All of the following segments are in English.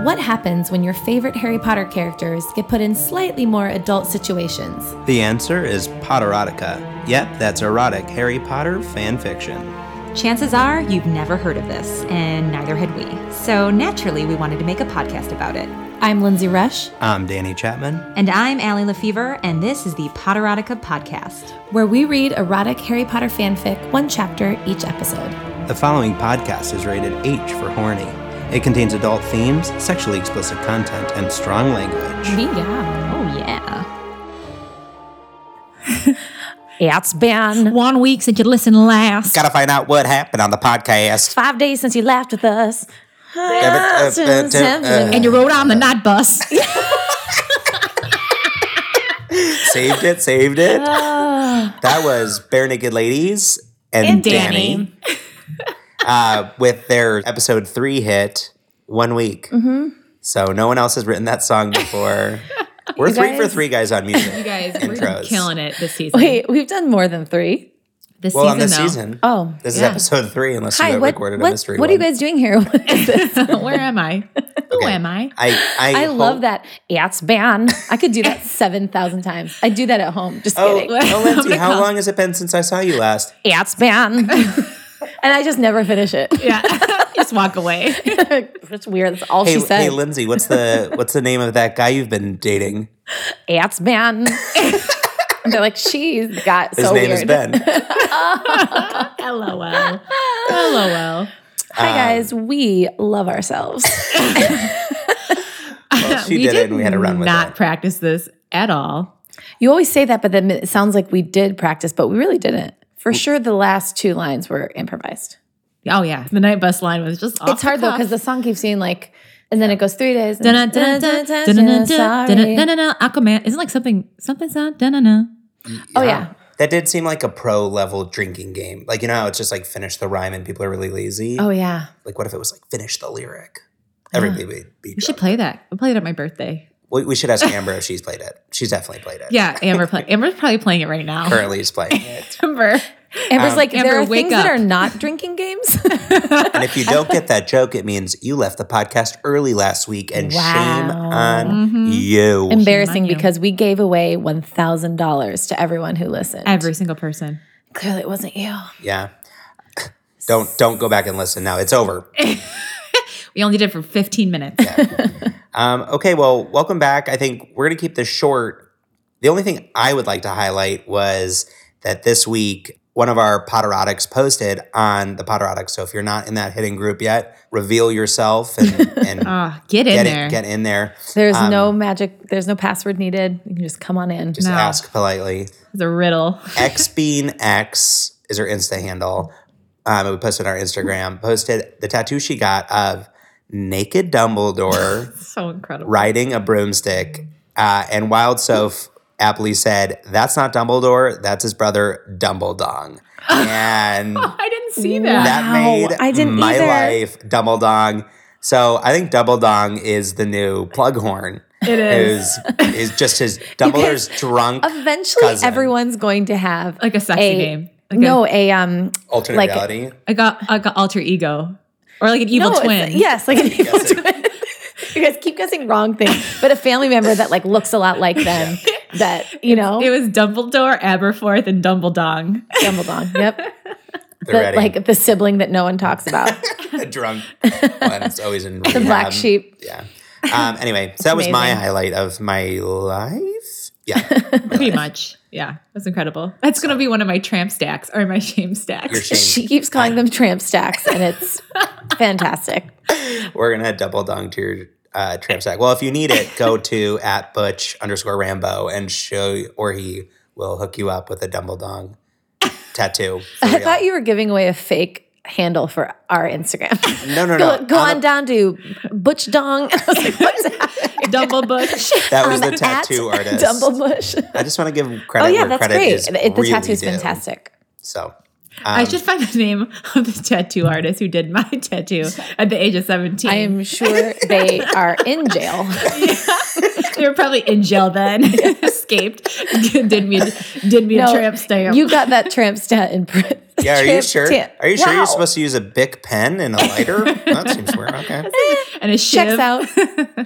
What happens when your favorite Harry Potter characters get put in slightly more adult situations? The answer is Potterotica. Yep, that's erotic Harry Potter fan fiction. Chances are you've never heard of this, and neither had we. So naturally, we wanted to make a podcast about it. I'm Lindsay Rush, I'm Danny Chapman. And I'm Allie Lefevre, and this is the Potterotica Podcast. where we read erotic Harry Potter fanfic one chapter each episode. The following podcast is rated H for horny. It contains adult themes, sexually explicit content, and strong language. Yeah. Oh, yeah. It's been One week since you listened last. Gotta find out what happened on the podcast. five days since you laughed with us. and you rode on the night bus. saved it, saved it. that was Bare Naked Ladies and, Danny, uh, with their episode three hit one week. So no one else has written that song before. We're three for three guys on music. You guys, intros. Killing it this season. Wait, we've done more than three. This Well, on season, this though. season. Oh, This yeah. is episode three, unless you Hi, got what, recorded a what, mystery. what are you one. guys doing here? What is this? Where am I? Who am I? I I, I love hope- that. It's been. I could do that 7,000 times. I do that at home. Just Oh, kidding. oh, Lindsay, how long has it been since I saw you last? It's been. And I just never finish it. Yeah. Just walk away. That's weird. That's all Hey, she said. hey, Lindsay, what's the what's the name of that guy you've been dating? It's been. They're like, she's got His so name weird. is Ben. LOL. Oh LOL. Hi Um, guys, we love ourselves. Well, she did, it, and we had a run with not it. practice this at all. you always say that, but then it sounds like we did practice, but we really didn't. For sure, the last two lines were improvised. Oh, yeah. The night bus line was just off it's hard the though cuff. because the song keeps saying like, and then it goes three days. and- Dun-dun, dun-dun, dun-dun, dun-dun, dun-dun, Sorry. dun-dun, Aquaman. Isn't like something, something's on? Dun-dun-dun. Oh yeah, That did seem like a pro level drinking game. Like you know how it's just like finish the rhyme and people are really lazy. oh yeah. Like what if it was like finish the lyric? Everybody would be. We should drunk. play that. We played it at my birthday. We, we should ask Amber if she's played it. She's definitely played it. Yeah, Amber play. Amber's probably playing it right now. currently is playing it. Amber. Amber's like, Um, Amber, there are wake things that up. are not drinking games. And if you don't get that joke, it means you left the podcast early last week, and shame Wow. on you. Embarrassing on you. because we gave away one thousand dollars to everyone who listened. Every single person. Clearly, it wasn't you. yeah. Don't don't go back and listen now. It's over. We only did it for 15 minutes. Um, okay, well, welcome back. I think we're going to keep this short. The only thing I would like to highlight was that this week, one of our Potterotics posted on the Potterotics. So if you're not in that hidden group yet, reveal yourself and, and Ah, get in get, there. in, get in there. There's no magic. There's no password needed. You can just come on in. Um, Just No. ask politely. It's a riddle. X Bean X is her Insta handle. Um, we posted on our Instagram. Posted the tattoo she got of naked Dumbledore So incredible. riding a broomstick, uh, and Wild Soph aptly said, "That's not Dumbledore. That's his brother Dumbledong." And I didn't see that. that Wow, made I didn't my either. life Dumbledong. So I think Dumbledong is the new Plughorn. It is. Is is just his Dumbledore's drunk Eventually, cousin. everyone's going to have Like a sexy name. Like no, a um, alternate like- reality. I got I got alter ego. Or like an evil no, it's- twin. Yes, like an evil Guessing. twin. you guys keep guessing wrong things, but a family member that like looks a lot like them. That you know, It was Dumbledore, Aberforth, and Dumbledong. Dumbledore. Yep, They're the, ready. like the sibling that no one talks about, a drunk one. It's always in the black rehab. sheep. Yeah. Um, anyway, so that was my amazing. highlight of my life. Yeah, Pretty much. Yeah. That's incredible. That's gonna be one of my tramp stacks or my shame stacks. your shame. She keeps calling them tramp stacks, and it's fantastic. We're gonna double dong to your uh, tramp sack. Well, if you need it, go to at butch underscore rambo and show, or he will hook you up with a dumble dong tattoo. I thought you were giving away a fake handle for our Instagram. no, no, no. Go, go on down to Butch Dong. I was like, what's that? Dumble Bush. That was the At tattoo artist. Dumble Bush. I just want to give Oh credit. yeah, where that's credit great. Is The, the really tattoo's due. fantastic. So. I um, should find the name of the tattoo artist who did my tattoo at the age of 17. I am sure they are in jail. they were probably in jail then. Escaped. did me did me a No, tramp stamp. You got that tramp stat in prison. Yeah, are you Tip, sure? tip. Are you sure Wow. you're supposed to use a Bic pen and a lighter? that seems weird. Okay. and a shiv. Checks out.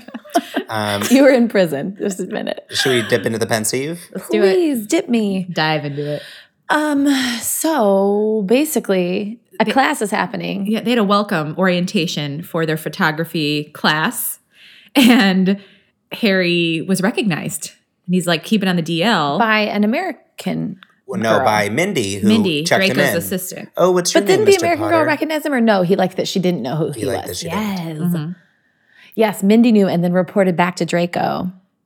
Um, You were in prison. Just admit it. should we dip into the pensive? do it. Please dip me. Dive into it. Um. So basically, a class is happening. Yeah, they had a welcome orientation for their photography class, and Harry was recognized. And he's like keeping on the DL. by an American. Well, no, Girl. by Mindy, who Mindy, checked him Draco's in. assistant. Oh, what's your But name, didn't the Mr. American Potter? girl recognize him or no? He liked that she didn't know who he, liked that was. she yes. Mhm. Yes, Mindy knew and then reported back to Draco.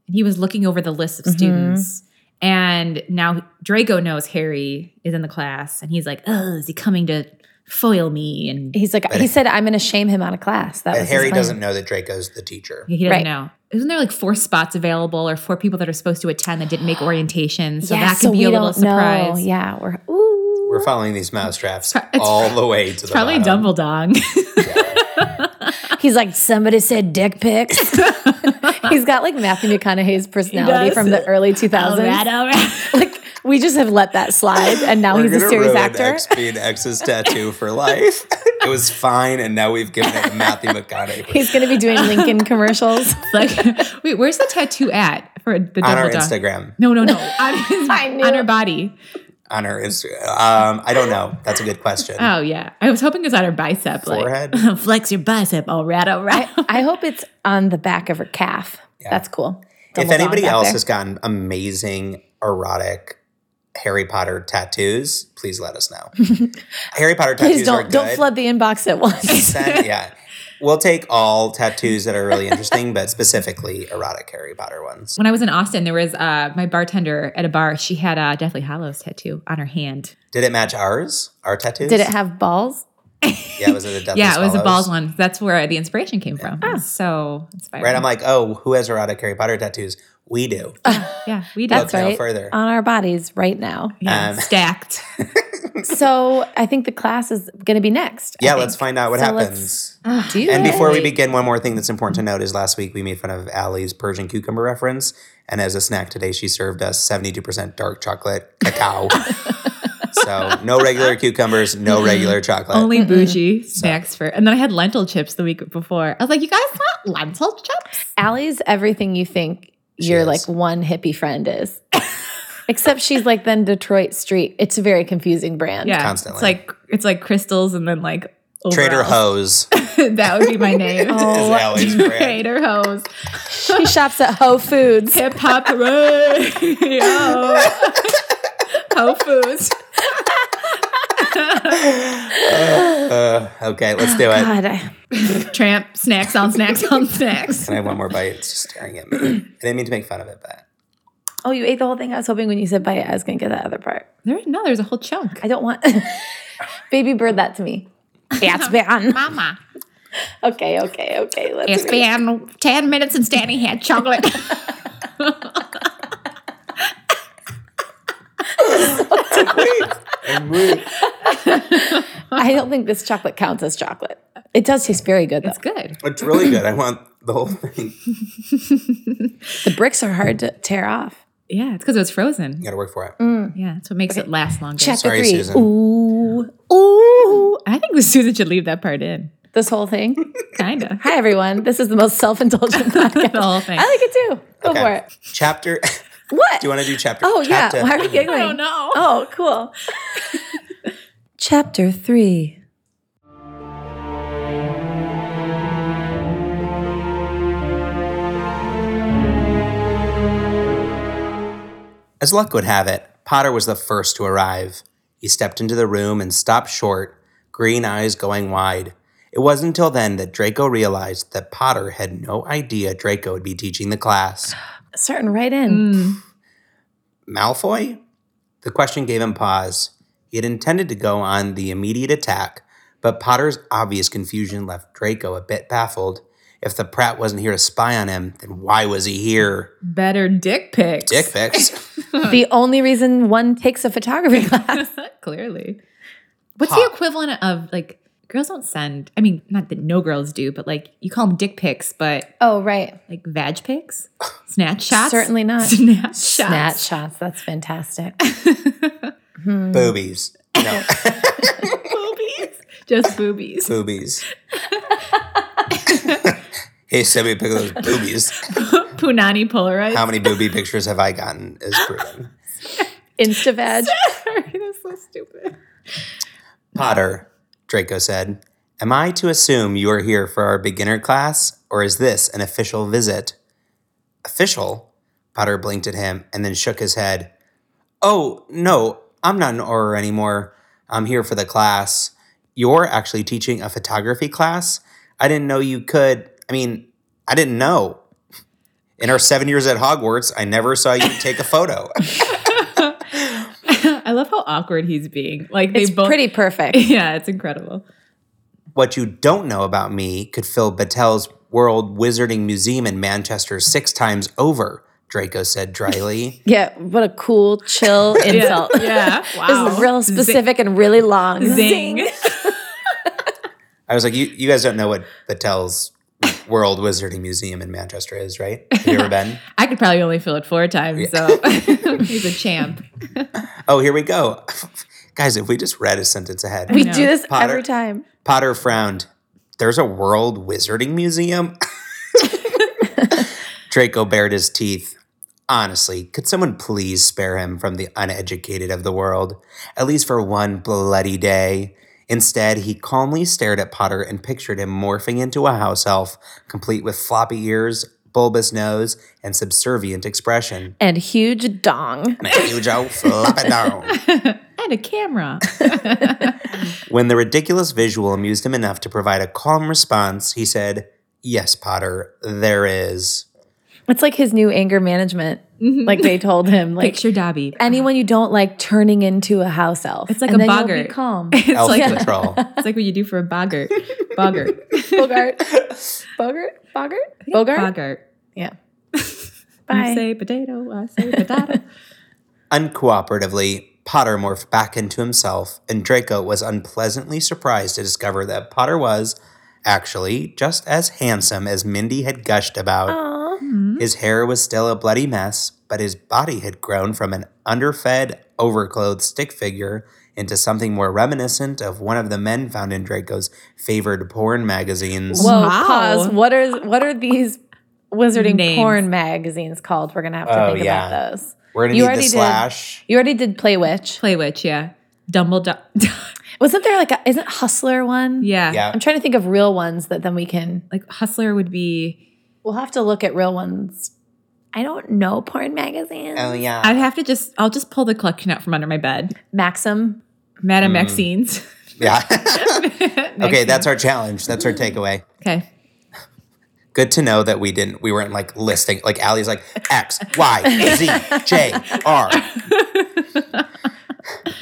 And he was looking over the list of Mm-hmm. students. And now Draco knows Harry is in the class, and he's like, "Oh, is he coming to foil me?" And He's like, he said, I'm going to shame him out of class. That was But his Harry plan. doesn't know that Draco's the teacher. he doesn't Right. know. Isn't there like four spots available, or four people that are supposed to attend that didn't make orientation? So Yeah, that could be we a little don't know. surprise. Yeah, we're ooh. We're following these mousetraps all the way to the Probably bottom. Dumbledore. He's like, somebody said dick pics. He's got like Matthew McConaughey's personality does. from the early 2000s. Like we just have let that slide, and now We're he's a gonna serious ruin actor. X being X's tattoo for life. it was fine, and now we've given it to Matthew McConaughey. he's going to be doing Lincoln commercials. like, wait, where's the tattoo at for the on our Dumbledore? Instagram, No, no, no. On, his, I knew on it. her body. on our Instagram. Um, I don't know. That's a good question. Oh yeah, I was hoping it was on her bicep. Forehead. Like, flex your bicep. All right, all right. I hope it's on the back of her calf. That's cool. if Dumbledore anybody back else there. has gotten amazing erotic Harry Potter tattoos, please let us know. Harry Potter tattoos please don't are good. don't flood the inbox at once. Send- yeah. We'll take all tattoos that are really interesting, but specifically erotic Harry Potter ones. when I was in Austin, there was uh, my bartender at a bar. She had a Deathly Hollows tattoo on her hand. Did it match ours? Our tattoos? Did it have balls? Yeah, was it a Deathly yeah, it was a Swallows? balls one. That's where the inspiration came from. It's So inspiring. Right? I'm like, oh, who has erotic Harry Potter tattoos? We do. yeah, we did. Oh, That's Look no right. Um, further. On our bodies right now. Yeah, Um, stacked. so I think the class is going to be next. I Yeah, think. let's find out what So let's happens. Ah, Do And it. before we begin, one more thing that's important to note is last week we made fun of Allie's Persian cucumber reference. And as a snack today, she served us 72% dark chocolate cacao. so no regular cucumbers, no regular chocolate. Only bougie snacks for. And then I had lentil chips the week before. I was like, you guys want lentil chips? Allie's everything you think your is. like one hippie friend is. Except she's like then Detroit Street. It's a very confusing brand. Yeah, Constantly. It's like it's like crystals, and then like Trader Oh, Hose overalls. that would be my name. is Allie's brand. Trader Hoes. She shops at Whole Foods. Hip hop radio. Whole Foods. Uh, okay, let's do it. Oh, God, I- Tramp snacks on snacks on snacks. Can I have one more bite? It's just staring at me. I didn't mean to make fun of it, but oh, you ate the whole thing. I was hoping when you said bite, I was gonna get that other part. There, no, there's a whole chunk. I don't want baby bird that to me. It's been Mama, Okay, okay, okay. Let's it's read. been ten minutes since Danny had chocolate. I don't think this chocolate counts as chocolate. It does taste very good though. It's good. it's really good. I want the whole thing. You The bricks are hard to tear off. Yeah, it's because it was frozen. gotta work for it. Yeah, that's what makes it last longer. Chapter Sorry, three. Susan. Mm, Ooh, ooh. I think Susan should leave that part in. This whole thing. Kinda. Hi everyone. This is the most self-indulgent podcast. The whole thing. I like it too. Go Okay. for it. Chapter. What? do you want to do chapter? oh yeah. chapter? Why are we giggling? I don't know. Oh, cool. Chapter three. As luck would have it, Potter was the first to arrive. He stepped into the room and stopped short, green eyes going wide. It wasn't until then that Draco realized that Potter had no idea Draco would be teaching the class. Starting right in. Malfoy? The question gave him pause. He had intended to go on the immediate attack, but Potter's obvious confusion left Draco a bit baffled. If the Prat wasn't here to spy on him, then why was he here? Better dick pics. Dick pics. Hmm. The only reason one takes a photography class. Clearly. What's Pop. the equivalent of like girls don't send? I mean, not that no girls do, but like you call them dick pics, but Oh, right. like vag pics, snatch shots. Certainly not. snatch shots. Snatch shots. That's fantastic. Boobies. No, boobies. Just boobies. boobies. hey, send me a pic of those boobies. Punani Polaroid. How many booby pictures have I gotten is proven. Instaveg. Sorry, that's so stupid. Potter, Draco said, Am I to assume you are here for our beginner class, or is this an official visit? Official? Potter blinked at him and then shook his head. Oh, no, I'm not an auror anymore. I'm here for the class. You're actually teaching a photography class? I didn't know you could. I mean, I didn't know. In our seven years at Hogwarts, I never saw you take a photo. I love how awkward he's being. Like they It's both. pretty perfect. Yeah, it's incredible. What you don't know about me could fill Battel's World Wizarding Museum in Manchester six times over, Draco said dryly. Yeah, what a cool, chill insult. Yeah. Wow. This is real specific and really long. Zing. I was like, you, you guys don't know what Battel's World Wizarding Museum in Manchester is, right? Have you ever been? I could probably only fill it four times, so he's a champ. Oh, here we go. guys, if we just read a sentence ahead. We do this Potter. every time. Potter frowned. There's a World Wizarding Museum? Draco bared his teeth. Honestly, could someone please spare him from the uneducated of the world, at least for one bloody day? Instead, he calmly stared at Potter and pictured him morphing into a house elf, complete with floppy ears, bulbous nose, and subservient expression. And huge dong. And a huge old floppy dong. And a camera. When the ridiculous visual amused him enough to provide a calm response, he said, Yes, Potter, there is. It's like his new anger management. Like they told him, like Mm-hmm. Picture Dobby. anyone you don't like turning into a house elf. It's like a and then you'll boggart. Be calm. Elf like- control. It's like what you do for a boggart. Boggart. Bogart. Bogart. Bogart. Bogart. Boggart. Yeah. You say potato, I say potato. Uncooperatively, Potter morphed back into himself, and Draco was unpleasantly surprised to discover that Potter was, actually, just as handsome as Mindy had gushed about. Hmm. His hair was still a bloody mess, but his body had grown from an underfed, overclothed stick figure into something more reminiscent of one of the men found in Draco's favored porn magazines. Whoa, Wow. pause. What are what are these wizarding Names. porn magazines called? We're gonna have to Oh, think yeah. about those. We're gonna You need already did. the slash. You already did Play Witch. Play witch, yeah. Dumbledore. Wasn't there like a isn't Hustler one? yeah. Yeah. I'm trying to think of real ones that then we can Like Hustler would be we'll have to look at real ones. I don't know porn magazines. Oh yeah. I'd have to just I'll just pull the collection out from under my bed. Maxim. Madame Mm. Maxine's. yeah. okay, Maxine. that's our challenge. That's our takeaway. Okay. Good to know that we didn't. We weren't like listing. Like Allie's like X Y Z J R.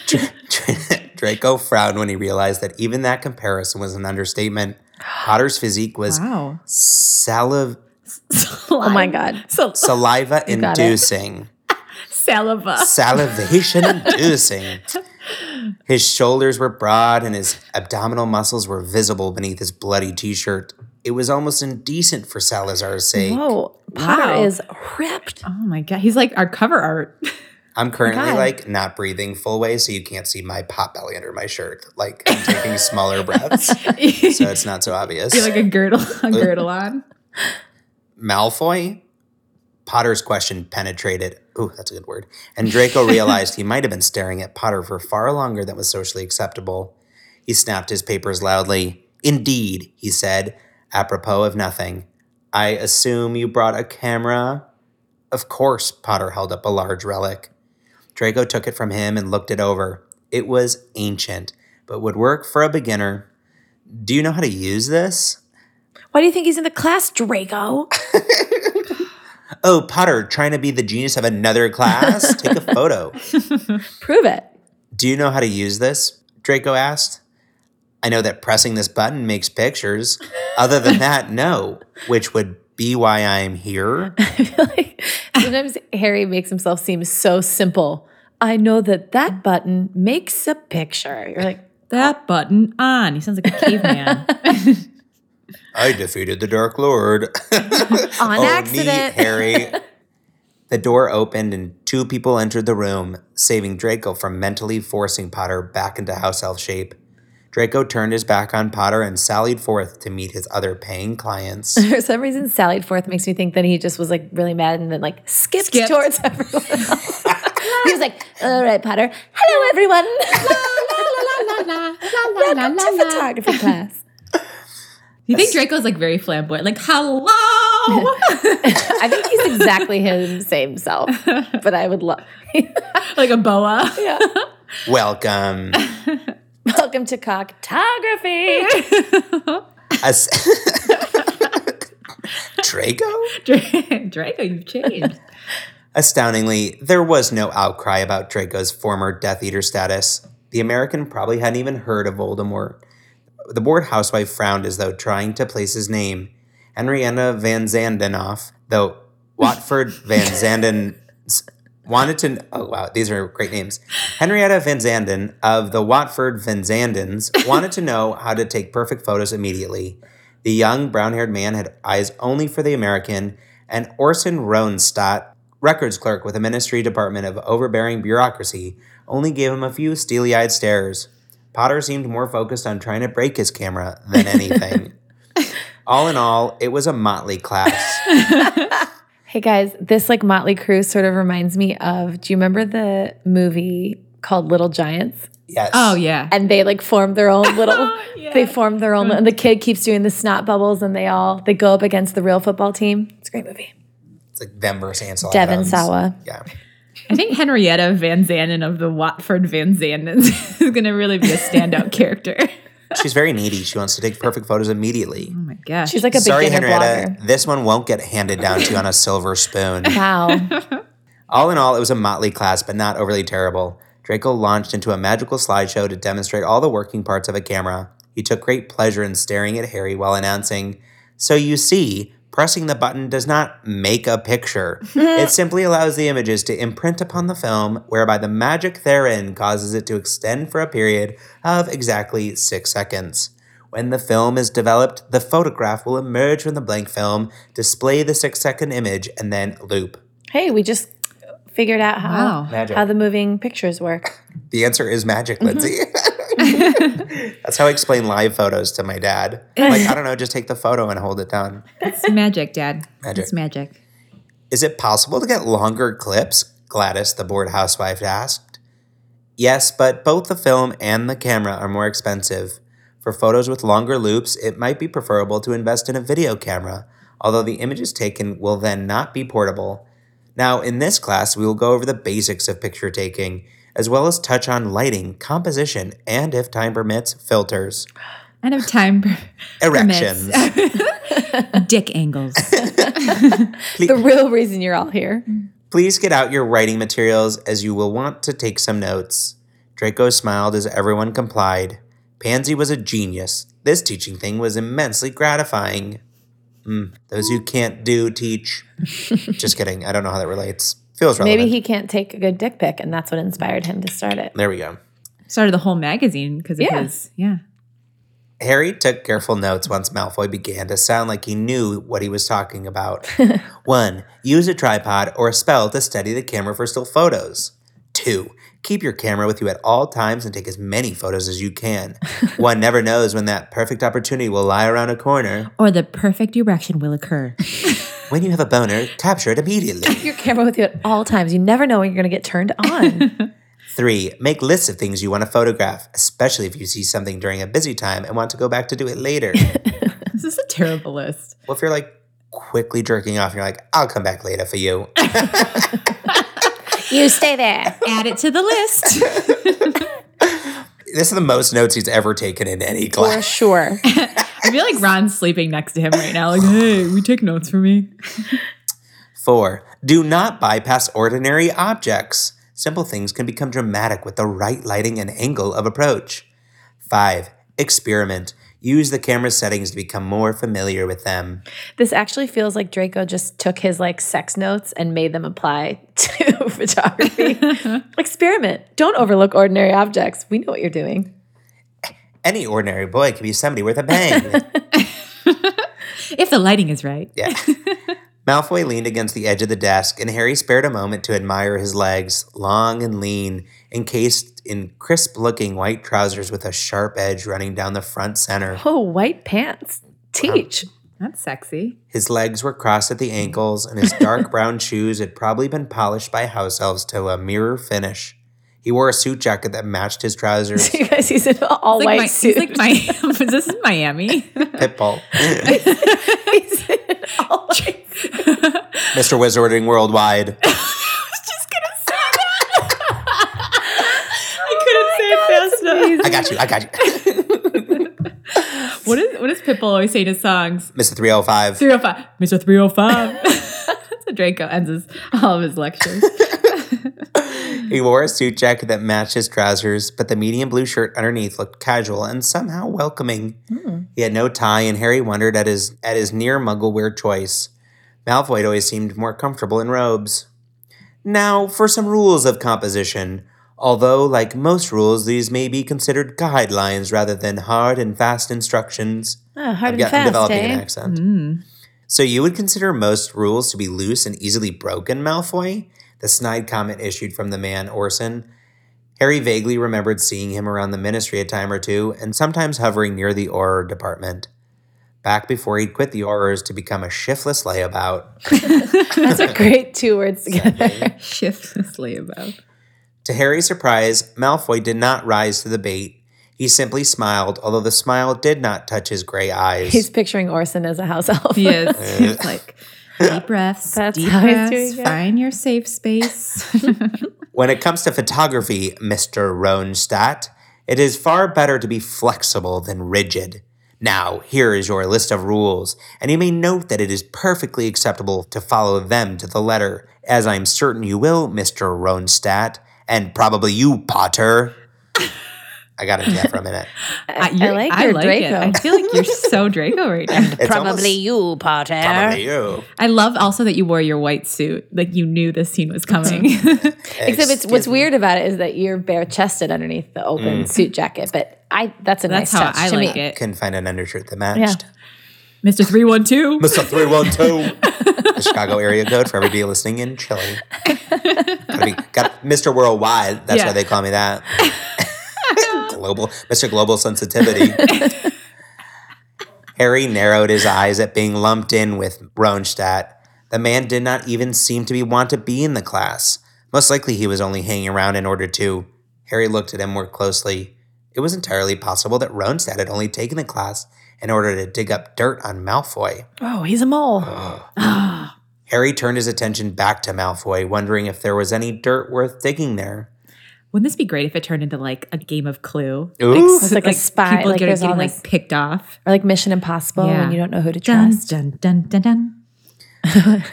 Dr- Dr- Draco frowned when he realized that even that comparison was an understatement. Potter's physique was Wow. saliv- Oh my god. So saliva got it. inducing. saliva. salivation inducing. His shoulders were broad and his abdominal muscles were visible beneath his bloody t shirt. It was almost indecent for Salazar's sake. Whoa. Oh Potter Wow. is ripped. Oh my god. He's like our cover art. I'm currently God. like not breathing full way, so you can't see my pot belly under my shirt. Like I'm taking smaller breaths, so like it's not so obvious. a girdle a girdle on. Malfoy? Potter's question penetrated. Ooh, that's a good word. And Draco realized he might have been staring at Potter for far longer than was socially acceptable. He snapped his papers loudly. Indeed, he said, apropos of nothing. I assume you brought a camera? Of course, Potter held up a large relic. Draco took it from him and looked it over. It was ancient, but would work for a beginner. Do you know how to use this? Why do you think he's in the class, Draco? oh, Potter trying to be the genius of another class? Take a photo. Prove it. Do you know how to use this? Draco asked. I know that pressing this button makes pictures. Other than that, no, which would be why I am here. like sometimes Harry makes himself seem so simple. I know that that button makes a picture. You're like, That button on. He sounds like a caveman. I defeated the Dark Lord. on oh, neat, accident. Harry. The door opened and two people entered the room, saving Draco from mentally forcing Potter back into house elf shape. Draco turned his back on Potter and sallied forth to meet his other paying clients. For some reason, sallied forth makes me think that he just was like really mad and then like skipped, Skipped. towards everyone else. he was like, "All right, Potter. Hello, everyone. Welcome to photography class." You think Draco's like very flamboyant, like hello. I think he's exactly his same self, but I would love. like a boa. Welcome. Welcome to cocktography. As- Draco? Dra- Draco, you've changed. Astoundingly, there was no outcry about Draco's former Death Eater status. The American probably hadn't even heard of Voldemort. The bored housewife frowned as though trying to place his name. Henrietta Van Zandenoff, though Watford Van Zanden wanted to. Oh, wow, these are great names. Henrietta Van Zanden of the Watford Van Zandens wanted to know how to take perfect photos immediately. The young brown haired man had eyes only for the American, and Orson Ronstadt, records clerk with a ministry department of overbearing bureaucracy, only gave him a few steely eyed stares. Potter seemed more focused on trying to break his camera than anything. all in all, it was a motley class. hey guys, this like Motley Crue sort of reminds me of. Do you remember the movie called Little Giants? Yes. Oh yeah. And they like formed their own little. yeah. Mm. They formed their own, and the kid keeps doing the snot bubbles, and they all they go up against the real football team. It's a great movie. It's like them versus Ansel. Devin Adams. Sawa. Yeah. I think Henrietta Van Zanen of the Watford Van Zanens is gonna really be a standout character. She's very needy. She wants to take perfect photos immediately. Oh my gosh. She's like a Sorry, beginner Henrietta. blogger. This one won't get handed down to you on a silver spoon. Wow. All in all, it was a motley class, but not overly terrible. Draco launched into a magical slideshow to demonstrate all the working parts of a camera. He took great pleasure in staring at Harry while announcing, So you see, pressing the button does not make a picture. it simply allows the images to imprint upon the film, whereby the magic therein causes it to extend for a period of exactly six seconds. When the film is developed, the photograph will emerge from the blank film, display the six second image, and then loop. hey, we just figured out how Wow. Magic. how the moving pictures work. The answer is magic, Lindsay. That's how I explain live photos to my dad. Like, I don't know, just take the photo and hold it down. It's magic, Dad. Magic. It's magic. Is it possible to get longer clips? Gladys, the bored housewife, asked. Yes, but both the film and the camera are more expensive. For photos with longer loops, it might be preferable to invest in a video camera, although the images taken will then not be portable. Now, in this class, we will go over the basics of picture taking, as well as touch on lighting, composition, and if time permits, filters. I don't have time for Erections. dick angles. The real reason you're all here. Please get out your writing materials as you will want to take some notes. Draco smiled as everyone complied. Pansy was a genius. This teaching thing was immensely gratifying. Mm, those who can't do teach. Just kidding. I don't know how that relates. Feels relevant. Maybe he can't take a good dick pic, and that's what inspired him to start it. there we go. Started the whole magazine because of Yeah. his. Yeah. Harry took careful notes once Malfoy began to sound like he knew what he was talking about. One, use a tripod or a spell to steady the camera for still photos. Two, keep your camera with you at all times and take as many photos as you can. One never knows when that perfect opportunity will lie around a corner. Or the perfect erection will occur. When you have a boner, capture it immediately. Your camera with you at all times. You never know when you're going to get turned on. Three, make lists of things you want to photograph, especially if you see something during a busy time and want to go back to do it later. This is a terrible list. Well, if you're like quickly jerking off and you're like, I'll come back later for you. you stay there. Add it to the list. This is the most notes he's ever taken in any class. For sure. I feel like Ron's sleeping next to him right now. Like, hey, we take notes for me. Four, do not bypass ordinary objects. Simple things can become dramatic with the right lighting and angle of approach. Five, experiment. Use the camera settings to become more familiar with them. This actually feels like Draco just took his like sex notes and made them apply to photography. Experiment. Don't overlook ordinary objects. We know what you're doing. Any ordinary boy can be somebody worth a bang. If the lighting is right. yeah. Malfoy leaned against the edge of the desk, and Harry spared a moment to admire his legs, long and lean, encased in crisp looking white trousers with a sharp edge running down the front center. Oh, white pants. Teach. That's sexy. His legs were crossed at the ankles, and his dark brown shoes had probably been polished by house elves to a mirror finish. He wore a suit jacket that matched his trousers. you guys, he's in an all It's white like my, suit. He's like my, this is Miami. Pitbull. He's in an all white Mr. Wizarding Worldwide. Oh I couldn't say it fast I got you. I got you. What is what does Pitbull always say to songs? Mr. 305. 305. Mr. 305. That's how Draco ends his, all of his lectures. He wore a suit jacket that matched his trousers, but the medium blue shirt underneath looked casual and somehow welcoming. He had no tie, and Harry wondered at his at his near Muggle-wear choice. Malfoy had always seemed more comfortable in robes. Now, for some rules of composition. Although, like most rules, these may be considered guidelines rather than hard and fast instructions. Ah, Oh, hard I've and gotten fast, developing an eh? accent. So you would consider most rules to be loose and easily broken, Malfoy? The snide comment issued from the man Orson. Harry vaguely remembered seeing him around the ministry a time or two, and sometimes hovering near the Auror department. Back before he'd quit the Aurors to become a shiftless layabout. That's a great two words together. Shiftlessly about. To Harry's surprise, Malfoy did not rise to the bait. He simply smiled, although the smile did not touch his gray eyes. He's picturing Orson as a house elf. He is. He's like, deep breaths, That's deep how he's breaths, doing it. find your safe space. When it comes to photography, Mr. Ronstadt, it is far better to be flexible than rigid. Now, here is your list of rules, and you may note that it is perfectly acceptable to follow them to the letter, as I'm certain you will, Mr. Ronstadt, and probably you, Potter. I got into that for a minute. I, I like your It. Draco. I feel like you're so Draco right now. It's almost- you, Potter. Probably you. I love also that you wore your white suit. Like you knew this scene was coming. Except it's, Excuse what's me. Mm. weird about it is that you're bare chested underneath the open suit jacket, but I that's a That's nice how touch I to like me. it. Couldn't find an undershirt that matched. Mr. 312. Mr. 312. the Chicago area code for everybody listening in Chile. Gotta be- got Mr. Worldwide. That's why Yeah. they call me that. Global, Mr. Global Sensitivity. Harry narrowed his eyes at being lumped in with Ronstadt. The man did not even seem to be want to be in the class. Most likely he was only hanging around in order to. Harry looked at him more closely. It was entirely possible that Ronstadt had only taken the class in order to dig up dirt on Malfoy. Oh, he's a mole. Harry turned his attention back to Malfoy, wondering if there was any dirt worth digging there. Wouldn't this be great if it turned into like a game of clue? Ooh. s- It's like a spy, People like get- there's getting all like this- picked off. Or like Mission Impossible Yeah. when you don't know who to Dun, trust. dun, dun, dun, dun. I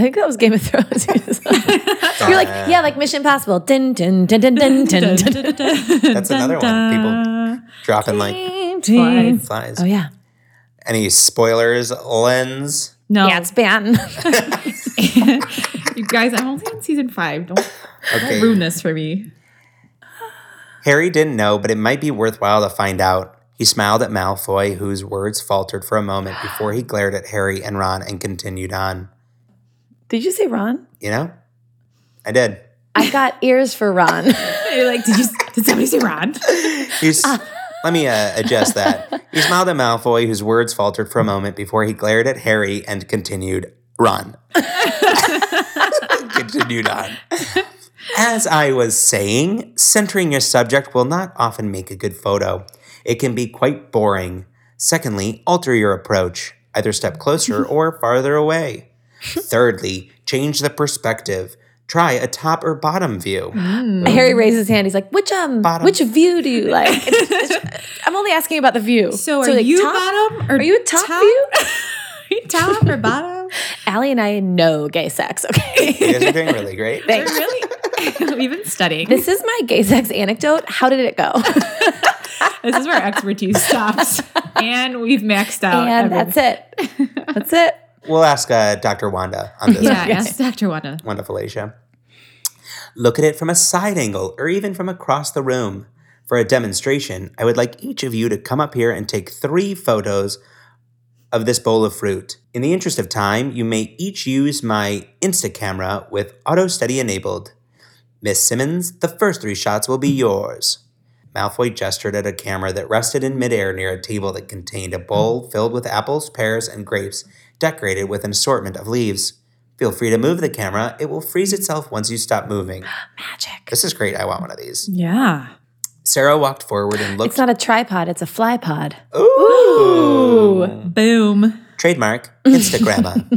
think that was Game of Thrones. You're like, yeah, like Mission Impossible. Dun, dun, dun, dun, dun, dun, dun, That's another one. People dropping like dun, Flies. flies. Oh yeah. Any spoilers, Lens? No, Yeah, it's banned. you guys, I'm only on season five. Don't, don't ruin this for me. Harry didn't know, but it might be worthwhile to find out. He smiled at Malfoy, whose words faltered for a moment before he glared at Harry and Ron and continued on. Did you say Ron? You know? I did. I've got ears for Ron. You're like, did you? Did somebody say Ron? He's, let me uh, adjust that. He smiled at Malfoy, whose words faltered for a moment before he glared at Harry and continued, Run. continued on. As I was saying, centering your subject will not often make a good photo. It can be quite boring. Secondly, alter your approach, either step closer or farther away. Thirdly, change the perspective. Try a top or bottom view. Harry raises his hand. He's like, which um, Bottom. which view do you like? It's- it's- I'm only asking about the view. So are like, you top- bottom? Or Are you a top, top? view? you top or bottom? Allie and I know gay sex. Okay. You guys are doing really great. Thanks. really? We've been studying. This, This is my gay sex anecdote. How did it go? Oh, is where expertise stops, and we've maxed out. and that's it. That's it. We'll ask uh, Dr. Wanda on this Yeah, ask Dr. Wanda. one, Felicia. Look at it from a side angle or even from across the room. For a demonstration, I would like each of you to come up here and take three photos of this bowl of fruit. In the interest of time, you may each use my Insta camera with auto steady enabled. Miss Simmons, the first three shots will be yours. Malfoy gestured at a camera that rested in midair near a table that contained a bowl filled with apples, pears, and grapes, decorated with an assortment of leaves. Feel free to move the camera. It will freeze itself once you stop moving. Magic. This is great. I want one of these. Yeah. Sarah walked forward and looked. It's not a tripod, it's a fly pod. Ooh. Boom. Trademark Instagramma.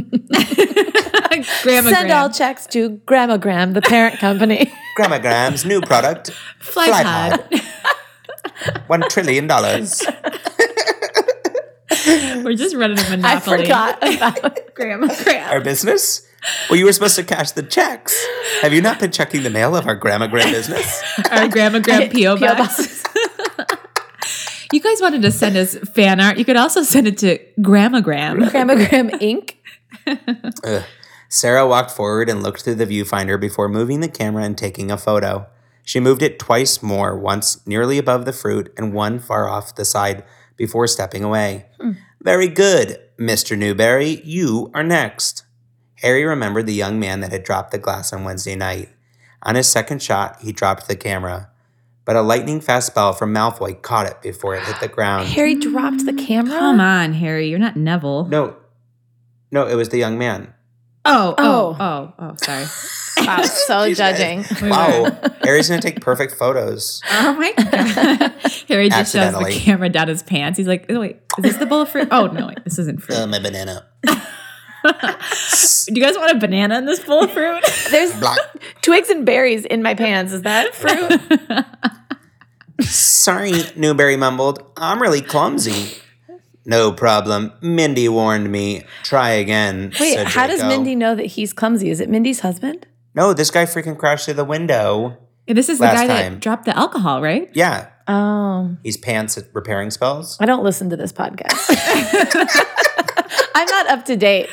Grandma Send Graham. all checks to Grandma Graham, the parent company. Grammagram's new product, fly, pod. Flypod. One trillion dollars. We're just running a I monopoly. forgot about Grandma Graham. Our business? Well, you were supposed to cash the checks. Have you not been checking the mail of our Grammagram business? Our Grandma Graham P.O. P.O. Box. you guys wanted to send us fan art. You could also send it to Grandma Graham. Grandma Graham Inc. Sarah walked forward and looked through the viewfinder before moving the camera and taking a photo. She moved it twice more, once nearly above the fruit and one far off the side before stepping away. Very good, Mr. Newberry. You are next. Harry remembered the young man that had dropped the glass on Wednesday night. On his second shot, he dropped the camera, but a lightning fast spell from Malfoy caught it before it hit the ground. Harry dropped the camera. Come on, Harry. You're not Neville. No, no, it was the young man. Oh, oh, oh, oh, sorry. Wow, so judging. We were- Wow, Harry's gonna take perfect photos. Oh my god. Harry just shoves the Accidentally. camera down his pants. He's like, oh, wait, is this the bowl of fruit? Oh no, wait, this isn't Uh, fruit. my banana. Do you guys want a banana in this bowl of fruit? There's Block. twigs and berries in my pants. Is that fruit? Sorry, Newberry mumbled. I'm really clumsy. No problem. Mindy warned me. Try again. Wait, said how does Draco. Mindy know that he's clumsy? Is it Mindy's husband? No, this guy freaking crashed through the window. this is the Last guy time. that dropped the alcohol, right? Yeah, Oh, he's pants at repairing spells. I don't listen to this podcast. I'm not up to date.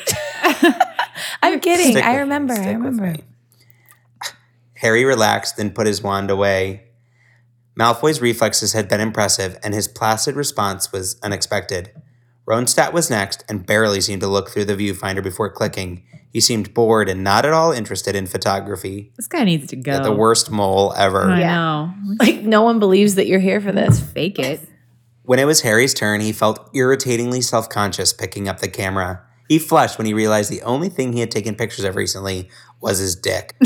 I'm kidding. Stick I with me, remember. I stick with remember. me. Harry relaxed and put his wand away. Malfoy's reflexes had been impressive, and his placid response was unexpected. Ronstadt was next and barely seemed to look through the viewfinder before clicking. He seemed bored and not at all interested in photography. This guy needs to go. The worst mole ever. I Yeah. know. Like no one believes that you're here for this. Fake it. When it was Harry's turn, he felt irritatingly self conscious picking up the camera. He flushed when he realized the only thing he had taken pictures of recently was his dick.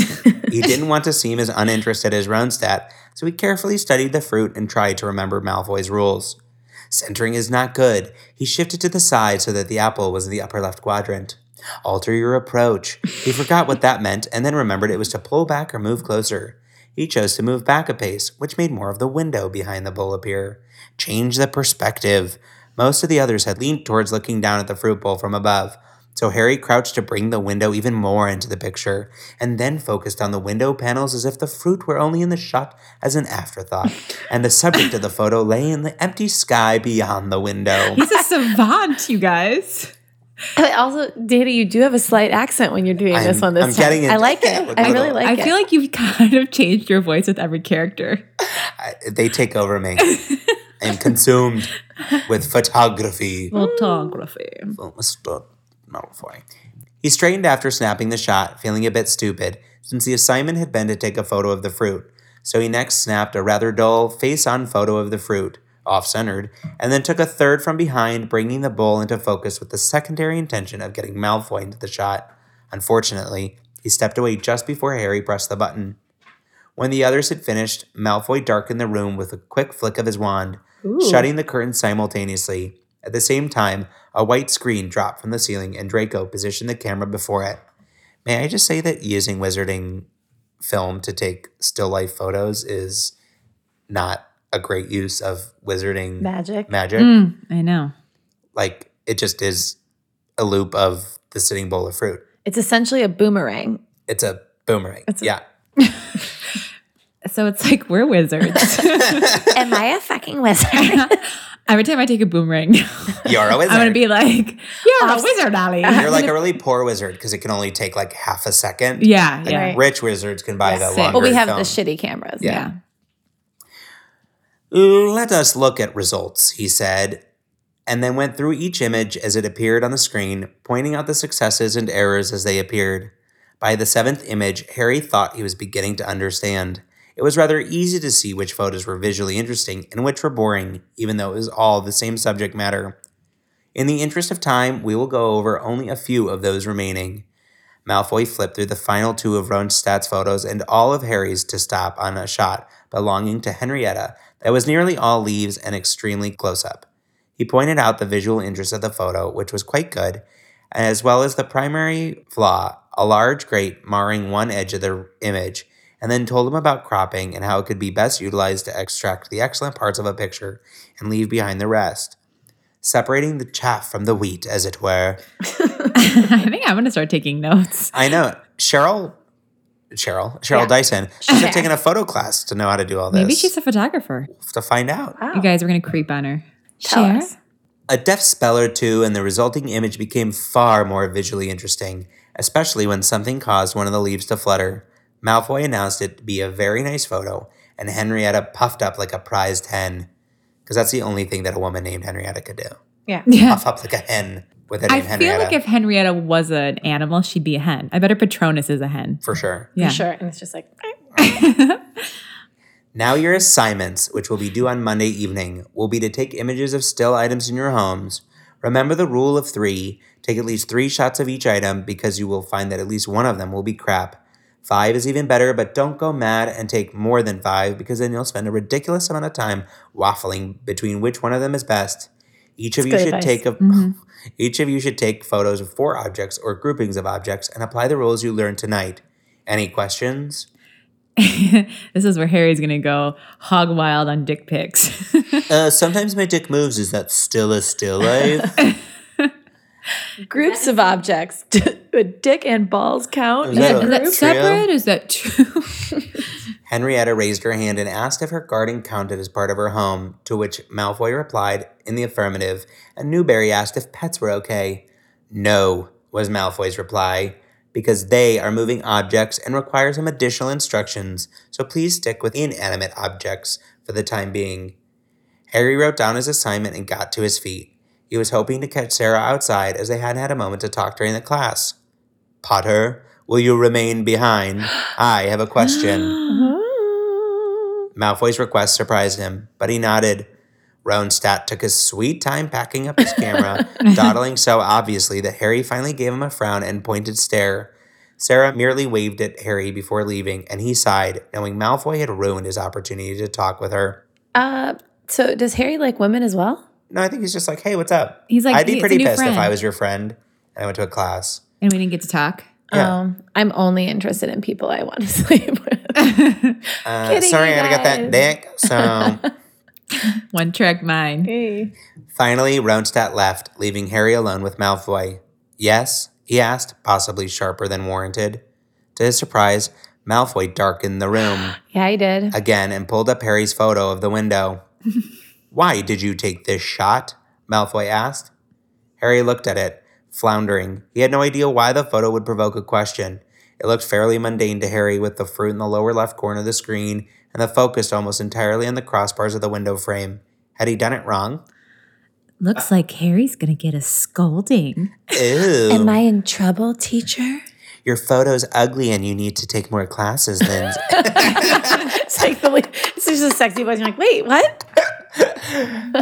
he didn't want to seem as uninterested as Ronstadt, so he carefully studied the fruit and tried to remember Malfoy's rules. Centering is not good. He shifted to the side so that the apple was in the upper left quadrant. Alter your approach. He forgot what that meant and then remembered it was to pull back or move closer. He chose to move back a pace, which made more of the window behind the bowl appear. Change the perspective. Most of the others had leaned towards looking down at the fruit bowl from above, so Harry crouched to bring the window even more into the picture, and then focused on the window panels as if the fruit were only in the shot as an afterthought, and the subject of the photo lay in the empty sky beyond the window. He's a savant, you guys. But also, Dana, you do have a slight accent when you're doing this one I'm- this I'm time. getting it. I like it. I really like I it. feel like you've kind of changed your voice with every character. I- they take over me. I'm consumed with photography. Photography. Well, Mr. Malfoy. He straightened after snapping the shot, feeling a bit stupid, since the assignment had been to take a photo of the fruit. So he next snapped a rather dull, face on photo of the fruit, off centered, and then took a third from behind, bringing the bowl into focus with the secondary intention of getting Malfoy into the shot. Unfortunately, he stepped away just before Harry pressed the button. When the others had finished, Malfoy darkened the room with a quick flick of his wand, shutting the curtain simultaneously. At the same time, a white screen dropped from the ceiling and Draco positioned the camera before it. May I just say that using wizarding film to take still life photos is not a great use of wizarding magic. magic. Mm, I know. Like, it just is a loop of the sitting bowl of fruit. It's essentially a boomerang. It's a boomerang. yeah. So it's like we're wizards. Am I a fucking wizard? every time I take a boomerang, You're a wizard. I'm gonna be like, "You're a wizard, Ollie." You're like a really poor wizard because it can only take like half a second. yeah, Like, yeah. Right. Rich wizards can buy the Same. longer well, we have film. the shitty cameras. Yeah. Mm, Let us look at results, he said. and then went through each image as it appeared on the screen, pointing out the successes and errors as they appeared. By the seventh image, Harry thought he was beginning to understand. It was rather easy to see which photos were visually interesting and which were boring, even though it was all the same subject matter. In the interest of time, we will go over only a few of those remaining. Malfoy flipped through the final two of Ronstadt's photos and all of Harry's to stop on a shot belonging to Henrietta that was nearly all leaves and extremely close up. He pointed out the visual interest of the photo, which was quite good, as well as the primary flaw, a large grate marring one edge of the image, and then told him about cropping and how it could be best utilized to extract the excellent parts of a picture and leave behind the rest. Separating the chaff from the wheat, as it were. I think I'm going to start taking notes. I know Cheryl, Cheryl, Cheryl Dyson. She should have taken a photo class to know how to do all this. Maybe she's a photographer. to find out. Wow. You guys are going to creep on her. Oh. Tell Cher? us. A deft spell or two, and the resulting image became far more visually interesting, especially when something caused one of the leaves to flutter. Malfoy announced it to be a very nice photo, and Henrietta puffed up like a prized hen, because that's the only thing that a woman named Henrietta could do. Yeah. Puff up like a hen with her Hmm. I name feel Henrietta. like if Henrietta was an animal, she'd be a hen. I bet her Patronus is a hen. for sure. Yeah. For sure. And it's just like, Now, your assignments, which will be due on Monday evening, will be to take images of still items in your homes. Remember the rule of three take at least three shots of each item because you will find that at least one of them will be crap. Five is even better, but don't go mad and take more than five because then you'll spend a ridiculous amount of time waffling between which one of them is best. Each of That's you good should advice. Mm-hmm. take a each of you should take photos of four objects or groupings of objects and apply the rules you learned tonight. Any questions? this is where Harry's going to go hog wild on dick pics. Uh, sometimes my dick moves. Is that still a still life? groups of objects. Would dick and balls count? Is as a that a- group? Is that separate? Is that two? Henrietta raised her hand and asked if her garden counted as part of her home, to which Malfoy replied in the affirmative, and Newberry asked if pets were okay. No, was Malfoy's reply, because they are moving objects and require some additional instructions, so please stick with inanimate objects for the time being. Harry wrote down his assignment and got to his feet. He was hoping to catch Sarah outside as they hadn't had a moment to talk during the class. Potter, will you remain behind? I have a question. Uh-huh. Malfoy's request surprised him, but he nodded. Ronstadt took his sweet time packing up his camera, dawdling so obviously that Harry finally gave him a frown and pointed stare. Sarah merely waved at Harry before leaving, and he sighed, knowing Malfoy had ruined his opportunity to talk with her. Uh, so does Harry like women as well? No, I think he's just like, hey, what's up? He's like, I'd be "Hey, it's a pretty new pissed if friend." I was your friend and I went to a class. and we didn't get to talk. Yeah. Um, I'm only interested in people I want to sleep with. Uh, Kidding, sorry, you I got guys. that dick. So One track mind. Hey. Finally, Ronstadt left, leaving Harry alone with Malfoy. Yes? he asked, possibly sharper than warranted. To his surprise, Malfoy darkened the room Yeah, he did. again and pulled up Harry's photo of the window. Why did you take this shot? Malfoy asked. Harry looked at it, floundering. He had no idea why the photo would provoke a question. It looked fairly mundane to Harry, with the fruit in the lower left corner of the screen and the focus almost entirely on the crossbars of the window frame. Had he done it wrong? Looks like Harry's going to get a scolding. Ew. Am I in trouble, teacher? Your photo's ugly and you need to take more classes than It's like the it's just a sexy voice. You're like, wait, what?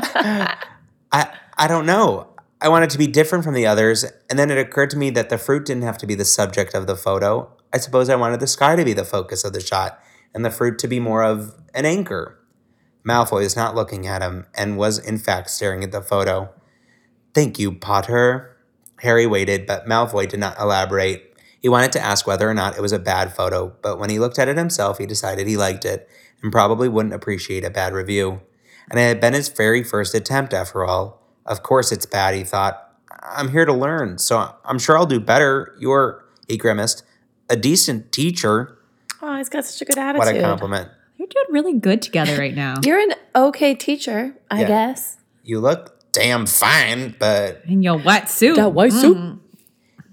I I don't know. I wanted to be different from the others, and then it occurred to me that the fruit didn't have to be the subject of the photo. I suppose I wanted the sky to be the focus of the shot, and the fruit to be more of an anchor. Malfoy was not looking at him and was in fact staring at the photo. Thank you, Potter. Harry waited, but Malfoy did not elaborate. He wanted to ask whether or not it was a bad photo, but when he looked at it himself, he decided he liked it and probably wouldn't appreciate a bad review. And it had been his very first attempt, after all. Of course it's bad, he thought. I'm here to learn, so I'm sure I'll do better. You're, he grimaced, a decent teacher. Oh, he's got such a good What attitude. a compliment. They're doing really good together right now. You're an okay teacher, I Yeah. guess. You look damn fine, but In your Mm. wetsuit. white soup.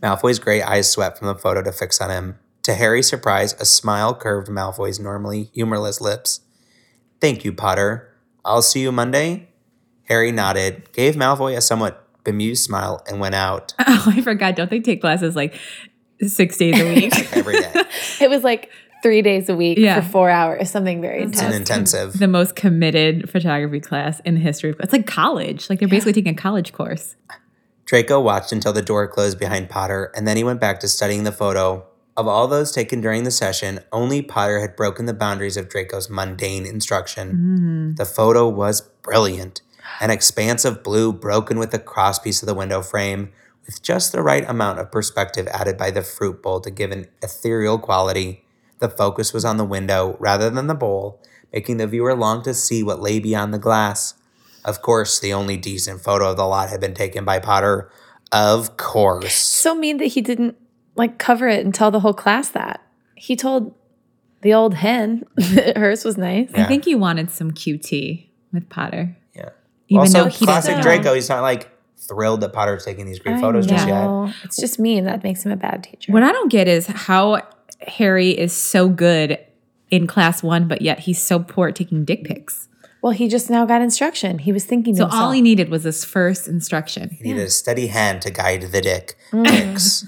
Malfoy's gray eyes swept from the photo to fix on him. To Harry's surprise, a smile curved Malfoy's normally humorless lips. Thank you, Potter. I'll see you Monday. Harry nodded, gave Malfoy a somewhat bemused smile, and went out Oh, I forgot. Don't they take classes like six days a week? every day. It was like three days a week Yeah. Mm-hmm. for four hours, something very It's an intense. intensive. the most committed photography class in the history. of- It's like college. Like they're basically taking a college course. Draco watched until the door closed behind Potter, and then he went back to studying the photo. Of all those taken during the session, only Potter had broken the boundaries of Draco's mundane instruction. The photo was brilliant an expanse of blue broken with the crosspiece of the window frame, with just the right amount of perspective added by the fruit bowl to give an ethereal quality. The focus was on the window rather than the bowl, making the viewer long to see what lay beyond the glass. Of course, the only decent photo of the lot had been taken by Potter. Of course. So mean that he didn't like cover it and tell the whole class that. He told the old hen that hers was nice. I Yeah. think he wanted some QT with Potter. Yeah. Even also, though he classic doesn't- Draco, he's not like thrilled that Potter's taking these great photos just yet. know. It's just mean. That makes him a bad teacher. What I don't get is how Harry is so good in class one, but yet he's so poor at taking dick pics. well, he just now got instruction. He was thinking to So himself. all he needed was this first instruction. He needed a steady hand to guide the dick. Dicks.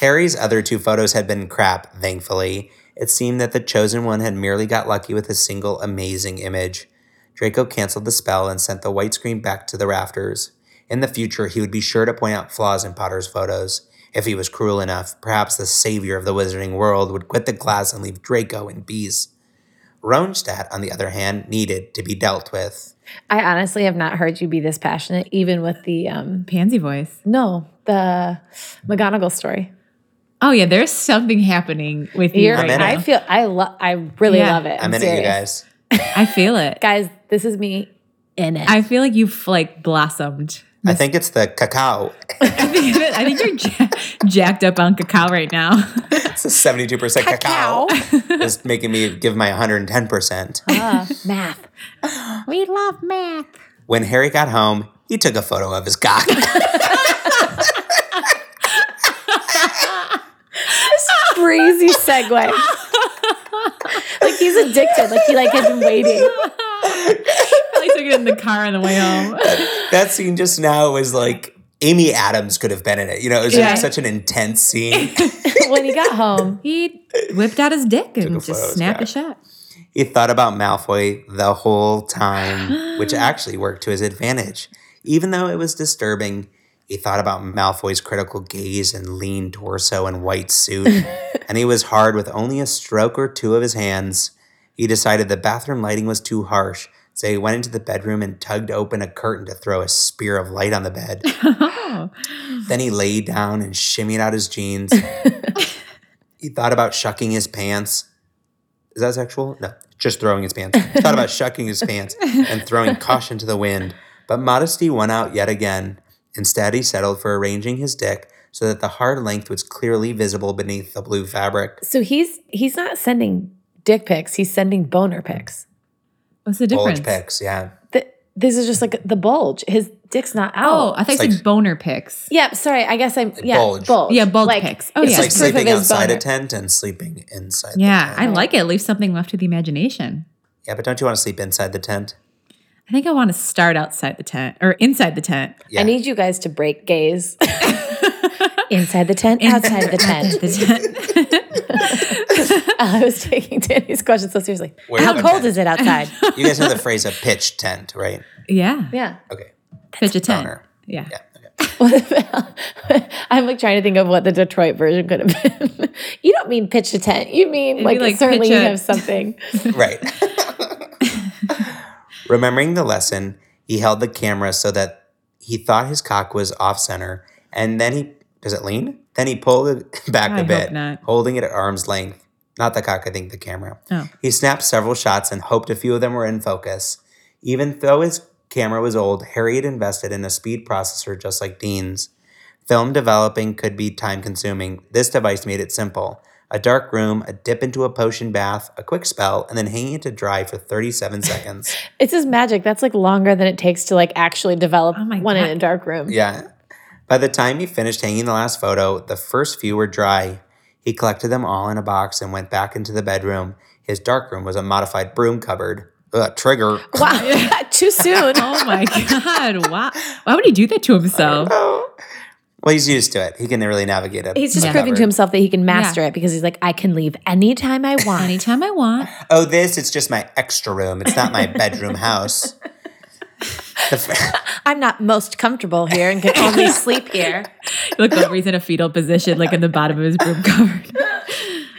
Harry's other two photos had been crap, thankfully. It seemed that the chosen one had merely got lucky with a single amazing image. Draco canceled the spell and sent the white screen back to the rafters. In the future, he would be sure to point out flaws in Potter's photos. If he was cruel enough, perhaps the savior of the wizarding world would quit the class and leave Draco in peace. Ronstadt, on the other hand, needed to be dealt with. I honestly have not heard you be this passionate, even with the um Pansy voice. no, the McGonagall story. Oh yeah, there's something happening with you You're, right Mm, in it. now. I feel I love I really Yeah. love it. I'm, in serious. it, you guys. I feel it. Guys, this is me in it. I feel like you've like blossomed. I think it's the cacao. I think, I think you're ja- jacked up on cacao right now. It's a 72% cacao. It's making me give my 110%. Ah, math. We love math. When Harry got home, he took a photo of his cock. Crazy segue. like he's addicted. Like he like had been waiting. I took it in the car on the way home. that scene just now was like Amy Adams could have been in it. You know, it was Yeah. such an intense scene. when he got home. He whipped out his dick a and photo of just his snapped a cock. shot. he thought about Malfoy the whole time, which actually worked to his advantage. Even though it was disturbing, he thought about Malfoy's critical gaze and lean torso and white suit, and he was hard with only a stroke or two of his hands. He decided the bathroom lighting was too harsh, so he went into the bedroom and tugged open a curtain to throw a spear of light on the bed. Oh, Then he lay down and shimmied out his jeans. he thought about shucking his pants. Is that sexual? No, just throwing his pants. He thought about shucking his pants and throwing caution to the wind. But modesty won out yet again. Instead, he settled for arranging his dick so that the hard length was clearly visible beneath the blue fabric. So he's he's not sending dick pics, he's sending boner pics. What's the difference? Bulge pics, yeah. Th- this is just like the bulge. His dick's not out. Oh, I thought It's you said like- boner pics. Yeah, sorry. I guess I'm yeah, Bulge. bulge. Yeah, bulge like, pics. Oh, it's yeah. It's just like proof of sleeping his outside boner. a tent and sleeping inside. the Yeah, tent. I like it. Leave something left to the imagination. yeah, but don't you want to sleep inside the tent? I think I want to start outside the tent or inside the tent. I Yeah. need you guys to break gaze. Inside the tent, outside the tent. The tent. I was taking Danny's question so seriously. Where How the cold tent? is it outside? You guys know the phrase a pitch tent, right? yeah. yeah. Okay. Pitch a tent. boner. Yeah. Yeah. okay. I'm like trying to think of what the Detroit version could have been. you don't mean pitch a tent. You mean like, like, certainly pitch you a- have something. Right. Remembering the lesson, he held the camera so that he thought his cock was off center, and then he does it lean? Then he pulled it back I a hope bit, not. holding it at arm's length. Not the cock, I think the camera. Oh. He snapped several shots and hoped a few of them were in focus. Even though his camera was old, Harry had invested in a speed processor just like Dean's. Film developing could be time consuming. This device made it simple. A dark room, a dip into a potion bath, a quick spell, and then hanging it to dry for 37 seconds. It's just magic. That's like longer than it takes to like actually develop Oh my one God. in a dark room. Yeah. By the time he finished hanging the last photo, the first few were dry. He collected them all in a box and went back into the bedroom. His dark room was a modified broom cupboard. Ugh, trigger. Wow. too soon. Oh my god! Wow. Why would he do that to himself? Oh. Well, he's used to it. He can really navigate it. He's just Yeah. proving to himself that he can master Yeah. it because he's like, I can leave anytime I want. Anytime I want. Oh, this, it's just my extra room. It's not my bedroom house. The f- I'm not most comfortable here and can only sleep here. Look over, he's in a fetal position, like in the bottom of his broom cupboard.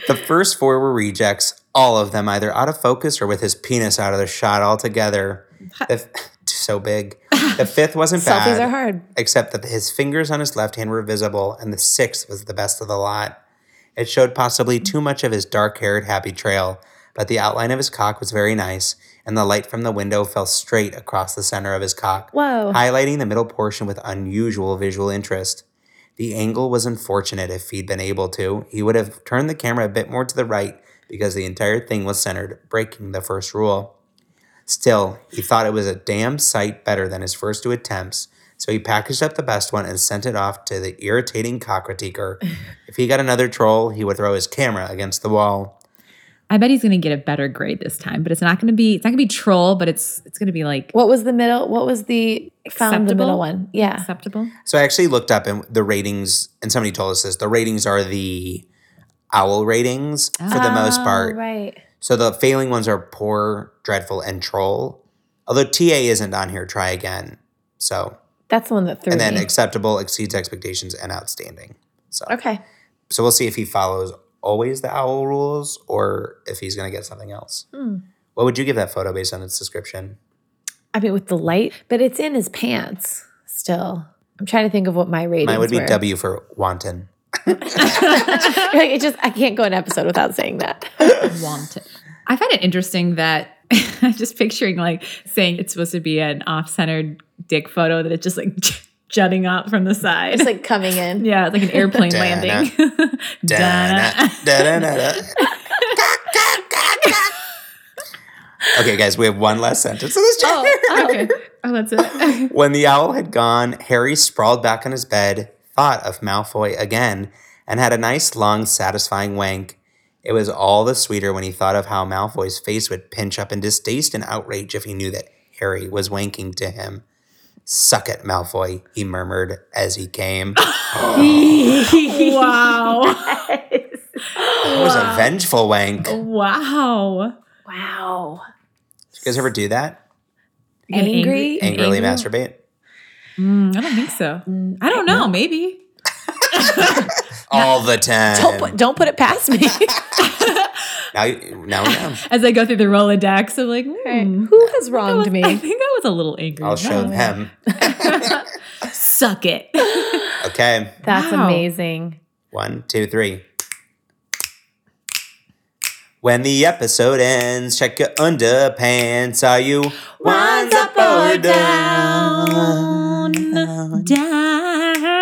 the first four were rejects, all of them either out of focus or with his penis out of the shot altogether. The f- so big. The fifth wasn't bad. Selfies are hard. except that his fingers on his left hand were visible, and the sixth was the best of the lot. It showed possibly too much of his dark haired happy trail, but the outline of his cock was very nice, and the light from the window fell straight across the center of his cock, Whoa. highlighting the middle portion with unusual visual interest. The angle was unfortunate if he'd been able to. He would have turned the camera a bit more to the right because the entire thing was centered, breaking the first rule. Still, he thought it was a damn sight better than his first two attempts, so he packaged up the best one and sent it off to the irritating cock critiquer. if he got another troll, he would throw his camera against the wall. I bet he's gonna get a better grade this time, but it's not gonna be it's not gonna be troll, but it's it's gonna be like What was the middle? What was the found the Acceptable? middle one? Yeah. acceptable. So I actually looked up and the ratings, and somebody told us this. The ratings are the owl ratings for the most Oh. part. Right. So the failing ones are poor, dreadful, and troll. Although TA isn't on here, try again. So That's the one that threw and then me. acceptable exceeds expectations and outstanding. So okay. so we'll see if he follows always the owl rules or if he's gonna get something else. Hmm. What would you give that photo based on its description? I mean, with the light, but it's in his pants still. I'm trying to think of what my ratings Mine would be were. W for wanton. Like, it just I can't go an episode without saying that. Wanted. I find it interesting that I'm just picturing like saying it's supposed to be an off-centered dick photo that it's just like jutting out from the side. It's like coming in. yeah, like an airplane landing. Da-na, Da-na. da-da-na-da. Okay, guys, we have one last sentence in this chapter. Oh. okay. Oh, that's it. When the owl had gone, Harry sprawled back on his bed, thought of Malfoy again, and had a nice, long, satisfying wank. It was all the sweeter when he thought of how Malfoy's face would pinch up in distaste and outrage if he knew that Harry was wanking to him. Suck it, Malfoy, he murmured as he came. wow. It was a vengeful wank. Oh. You Wow. Wow. guys ever do that? Like an Angry? an Angrily angry- masturbate? Mm, I don't think so. I don't know. Maybe. All the time. Don't put, don't put it past me. now, you- now we know. As I go through the Rolodex, I'm like, hmm, Who has I was- wronged I me? think I was a little angry. I'll show No. them. Suck it. Okay. That's Wow. amazing. One, two, three. When the episode ends, check your underpants. Are you one's up or down?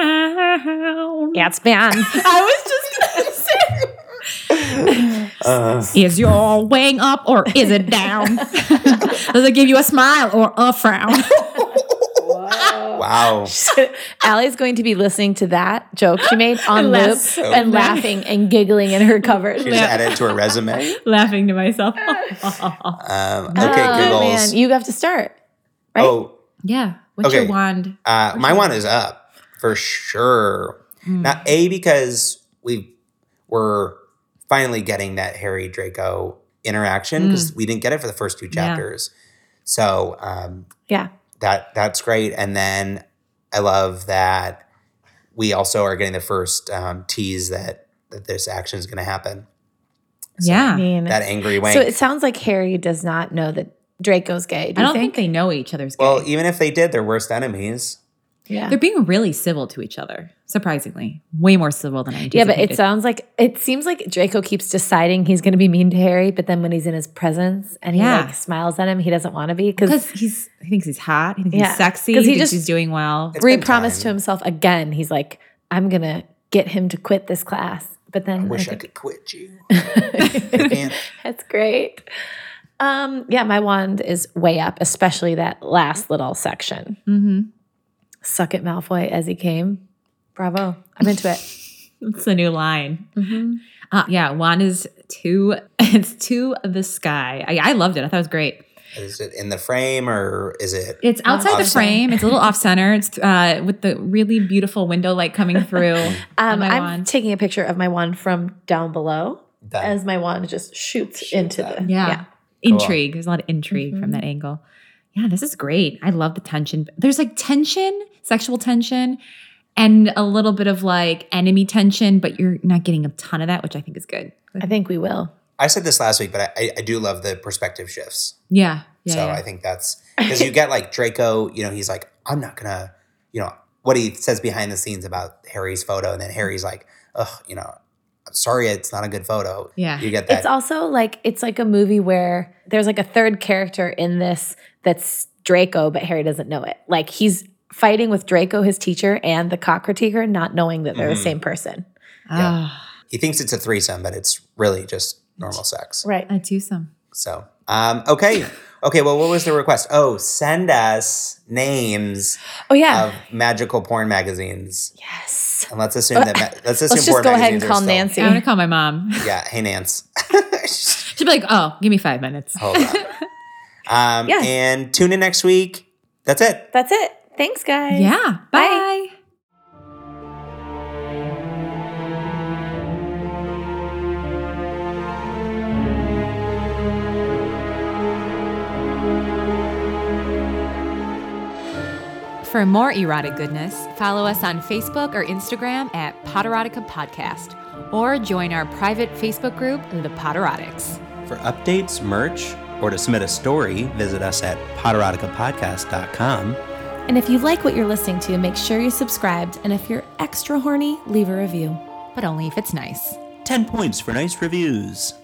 Down. Yeah, it's banned. I was just gonna say. Uh, Is your wang up or is it down? Does it give you a smile or a frown? wow. Allie's going to be listening to that joke she made on Unless- loop and laughing and giggling in her cupboard. She just added it to her resume. Laughing to myself. Um, okay, Oh, Googles. man, you have to start. right? Oh, yeah. What's your Okay. wand? Uh, my one is up for sure. Now, a because we were finally getting that Harry Draco interaction because we didn't get it for the first two Yeah. chapters. So um, Yeah. that that's great. And then I love that we also are getting the first um, tease that that this action is going to happen. I yeah. mean, That angry wank. so it sounds like Harry does not know that Draco's gay. Do I you don't think? think? they know each other's gay. well, even if they did, they're worst enemies. Yeah. They're being really civil to each other, surprisingly. Way more civil than I Yeah, anticipated. but uh, it sounds like it seems like Draco keeps deciding he's going to be mean to Harry, but then when he's in his presence and he Yeah. like smiles at him, he doesn't want to be because because he's he thinks he's hot, he thinks Yeah. he's sexy, he 'Cause he thinks just- he's doing well. It's Bree been promised to time. himself again. He's like, "I'm going to get him to quit this class," but then I wish I Mm, think- could quit you. I can't. that's great. Um, yeah, my wand is way up, especially that last little section. hmm Suck it, Malfoy, as he came. Bravo! I'm into it. It's a new line. Mhm. Uh, yeah, Juan is to it's to the sky. I, I loved it. I thought it was great. Is it in the frame or is it? It's outside the Offset. frame. It's a little off center. It's uh, with the really beautiful window light coming through. on Um, my I'm wand. taking a picture of my wand from down below That, as my wand just shoots Shoots into up. the yeah. Cool. Intrigue. There's a lot of intrigue Mm-hmm. from that angle. Yeah, this is great. I love the tension. There's like tension, sexual tension, and a little bit of like enemy tension, but you're not getting a ton of that, which I think is good. I think we will. I said this last week, but I- I, I do love the perspective shifts. Yeah. Yeah. so yeah. I think that's because you get like Draco, you know, he's like, I'm not gonna, you know, what he says behind the scenes about Harry's photo, and then Harry's like, ugh, you know, I'm sorry, it's not a good photo. Yeah. You get It's that. also like it's like a movie where there's like a third character in this that's Draco, but Harry doesn't know it. Like he's fighting with Draco, his teacher, and the cock critiquer, not knowing that they're Mhm. the same person. Ah, he thinks it's a threesome, but it's really just normal sex. Right. a twosome. So, um, okay, okay. Well, what was the request? Oh, send us names Oh yeah. of magical porn magazines, yes. and let's assume that ma- let's assume Let's just porn go ahead and magazines call are still- Nancy. I'm going to call my mom. Yeah, hey Nance. She'll be like, oh, give me five minutes. Hold on. Um, Yeah. And tune in next week. That's it. That's it. Thanks, guys. Yeah. Bye. Bye. For more erotic goodness, follow us on Facebook or Instagram at Potterotica Podcast, or join our private Facebook group, The Potterotics. For updates, merch, or to submit a story, visit us at poderoticapodcast.com. And if you like what you're listening to, make sure you're subscribed. And if you're extra horny, leave a review. but only if it's nice. 10 points for nice reviews.